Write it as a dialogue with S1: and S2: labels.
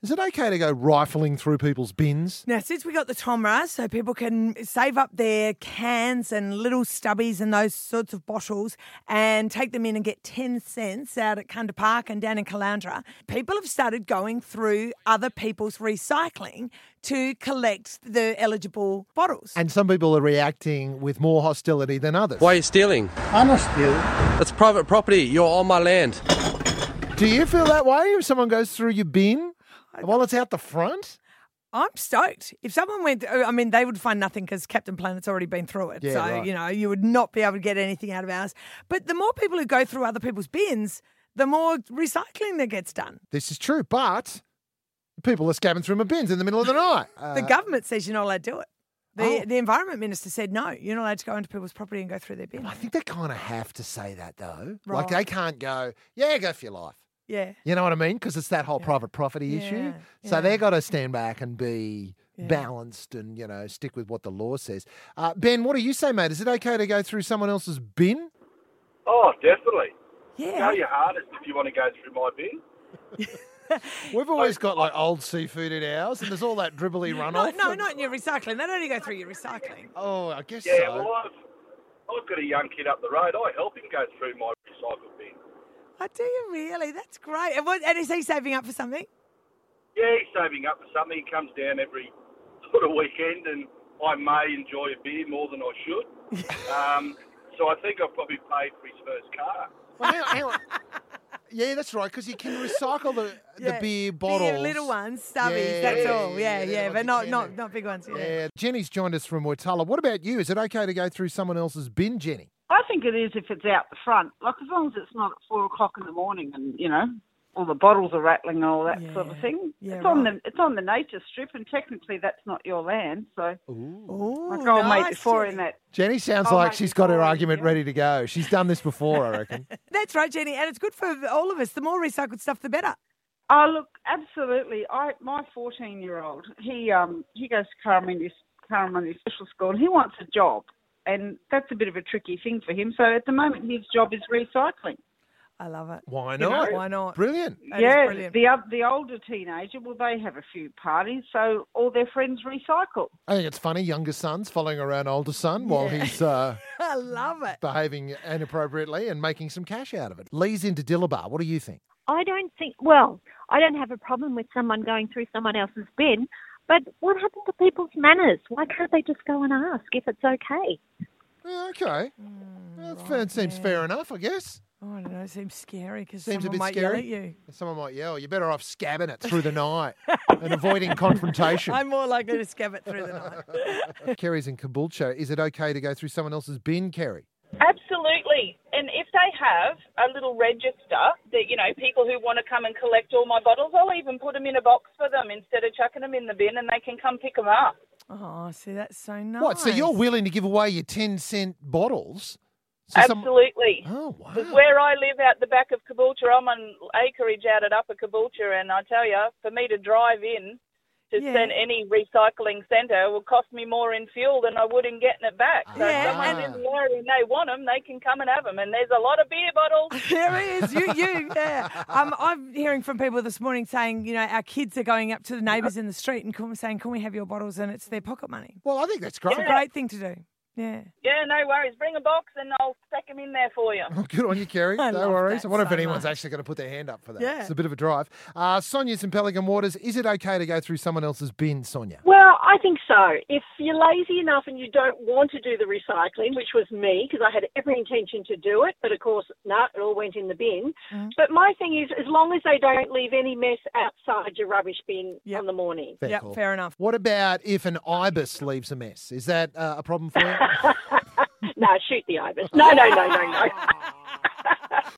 S1: Is it okay to go rifling through people's bins?
S2: Now, since we got the Tomra, so people can save up their cans and little stubbies and those sorts of bottles and take them in and get 10 cents out at Kunda Park and down in Caloundra, people have started going through other people's recycling to collect the eligible bottles.
S1: And some people are reacting with more hostility than others.
S3: Why are you stealing?
S4: I'm not stealing.
S3: That's private property. You're on my land.
S1: Do you feel that way if someone goes through your bin while it's out the front?
S2: I'm stoked. If someone went, I mean, they would find nothing because Captain Planet's already been through it.
S1: Yeah,
S2: so,
S1: right.
S2: you know, you would not be able to get anything out of ours. But the more people who go through other people's bins, the more recycling that gets done.
S1: This is true, but people are scabbing through my bins in the middle of the night. Uh,
S2: the government says you're not allowed to do it. The,
S1: Oh.
S2: the environment minister said no, you're not allowed to go into people's property and go through their bin.
S1: I think they kind of have to say that though. Like
S2: Right.
S1: they can't go, yeah, go for your life.
S2: Yeah.
S1: You know what I mean? Because it's that whole private property issue.
S2: Yeah,
S1: So
S2: yeah.
S1: they got to stand back and be
S2: Yeah.
S1: balanced and, you know, stick with what the law says. Uh, ben, what do you say, mate? Is it okay to go through someone else's bin?
S5: Oh, definitely.
S2: Yeah.
S5: Go your hardest if you want to go through my bin.
S1: We've always got like old seafood in ours and there's all that dribbly
S2: No,
S1: runoff.
S2: no, not in your recycling. They don't only go through your recycling.
S1: Oh, I guess
S5: Yeah,
S1: so.
S5: well, I've, I've got a young kid up the road. I help him go through my recycle bin.
S2: I Oh, do you really? That's great. And, what, and is he saving up for something?
S5: Yeah, he's saving up for something. He comes down every sort of weekend, and I may enjoy a beer more than I should. um, so I think I've probably paid for his first car.
S1: Well, hang on, hang on. Yeah, that's right, because you can recycle the, the
S2: Yeah.
S1: beer bottles.
S2: little ones, stubbies.
S1: Yeah,
S2: that's
S1: yeah,
S2: all.
S1: yeah,
S2: Yeah,
S1: yeah, the ones
S2: yeah,
S1: you
S2: but not
S1: can
S2: not
S1: do.
S2: not big ones. Yeah.
S1: Yeah, Jenny's joined us from Waitala. What about you? Is it okay to go through someone else's bin, Jenny?
S6: I think it is if it's out the front. Like as long as it's not at four o'clock in the morning, and you know, all the bottles are rattling and all that sort of
S2: Yeah.
S6: thing.
S2: Yeah,
S6: it's on
S2: right.
S6: the it's on the nature strip, and technically that's not your land. So
S2: Ooh,
S6: like I'll
S2: nice,
S6: make before in
S2: Jenny.
S6: that.
S1: Jenny sounds
S6: Oh,
S1: like
S6: mate,
S1: she's got her
S6: before,
S1: argument
S6: yeah.
S1: ready to go. She's done this before, I reckon.
S2: That's right, Jenny. And it's good for all of us. The more recycled stuff, the better.
S6: Oh look, absolutely. I my fourteen year old he um he goes to Karamundi Karamundi Special School, and he wants a job, and that's a bit of a tricky thing for him. So at the moment, his job is recycling.
S2: I love it.
S1: Why
S2: You know,
S1: not?
S2: why not?
S1: Brilliant.
S2: That is
S6: yeah,
S2: brilliant.
S6: the oth- the older teenager, well, they have a few parties, so all their friends recycle.
S1: I think it's funny. Younger son's following around older son while he's uh,
S2: I love it.
S1: behaving inappropriately and making some cash out of it. Lee's into Dillabar. What do you think?
S7: I don't think, well, I don't have a problem with someone going through someone else's bin, but what happened to people's manners? Why can't they just go and ask if it's okay?
S1: Yeah, okay.
S2: Mm,
S1: Well, that seems fair enough, I guess.
S2: Oh, I don't know. It seems scary because
S1: Seems
S2: someone
S1: a bit
S2: might
S1: scary.
S2: yell at you.
S1: Someone might yell, you're better off scabbing it through the night and avoiding confrontation.
S2: I'm more likely to scab it through the night.
S1: Kerry's in Caboolture. Is it okay to go through someone else's bin, Kerry?
S8: Absolutely. And if they have a little register that, you know, people who want to come and collect all my bottles, I'll even put them in a box for them instead of chucking them in the bin and they can come pick them up.
S2: Oh, see, that's so nice.
S1: What? So you're willing to give away your 10 cent bottles? So some-
S8: Absolutely.
S1: Oh, wow.
S8: Because where I live out the back of Caboolture, I'm on acreage out at Upper Caboolture, and I tell you, for me to drive in to
S2: Yeah.
S8: send any recycling centre will cost me more in fuel than I would in getting it back. So
S2: Yeah,
S8: if someone
S1: and-
S8: in there and they want them, they can come and have them. And there's a lot of beer bottles.
S2: There is you, you, yeah. Um, I'm hearing from people this morning saying, you know, our kids are going up to the neighbours in the street and come- saying, "Can we have your bottles?" And it's their pocket money.
S1: Well, I think that's great.
S2: It's a great thing to do. Yeah.
S8: Yeah, no worries. Bring a box and I'll stack them in there for you.
S1: Well, good on you, Kerry.
S2: I
S1: no
S2: love
S1: worries.
S2: that
S1: I wonder if
S2: so
S1: anyone's
S2: much.
S1: actually going to put their hand up for that.
S2: Yeah.
S1: It's a bit of a drive. Uh, Sonia's in Pelican Waters. Is it okay to go through someone else's bin, Sonia?
S9: Well, I think so. If you're lazy enough and you don't want to do the recycling, which was me, because I had every intention to do it, but of course, no, it all went in the bin. But my thing is, as long as they don't leave any mess outside your rubbish bin
S2: Yep.
S9: on the morning.
S1: Fair
S2: yep.
S1: call.
S2: Fair enough.
S1: What about if an ibis leaves a mess? Is that uh, a problem for you?
S9: no, shoot the ibis. No, no, no, no, no.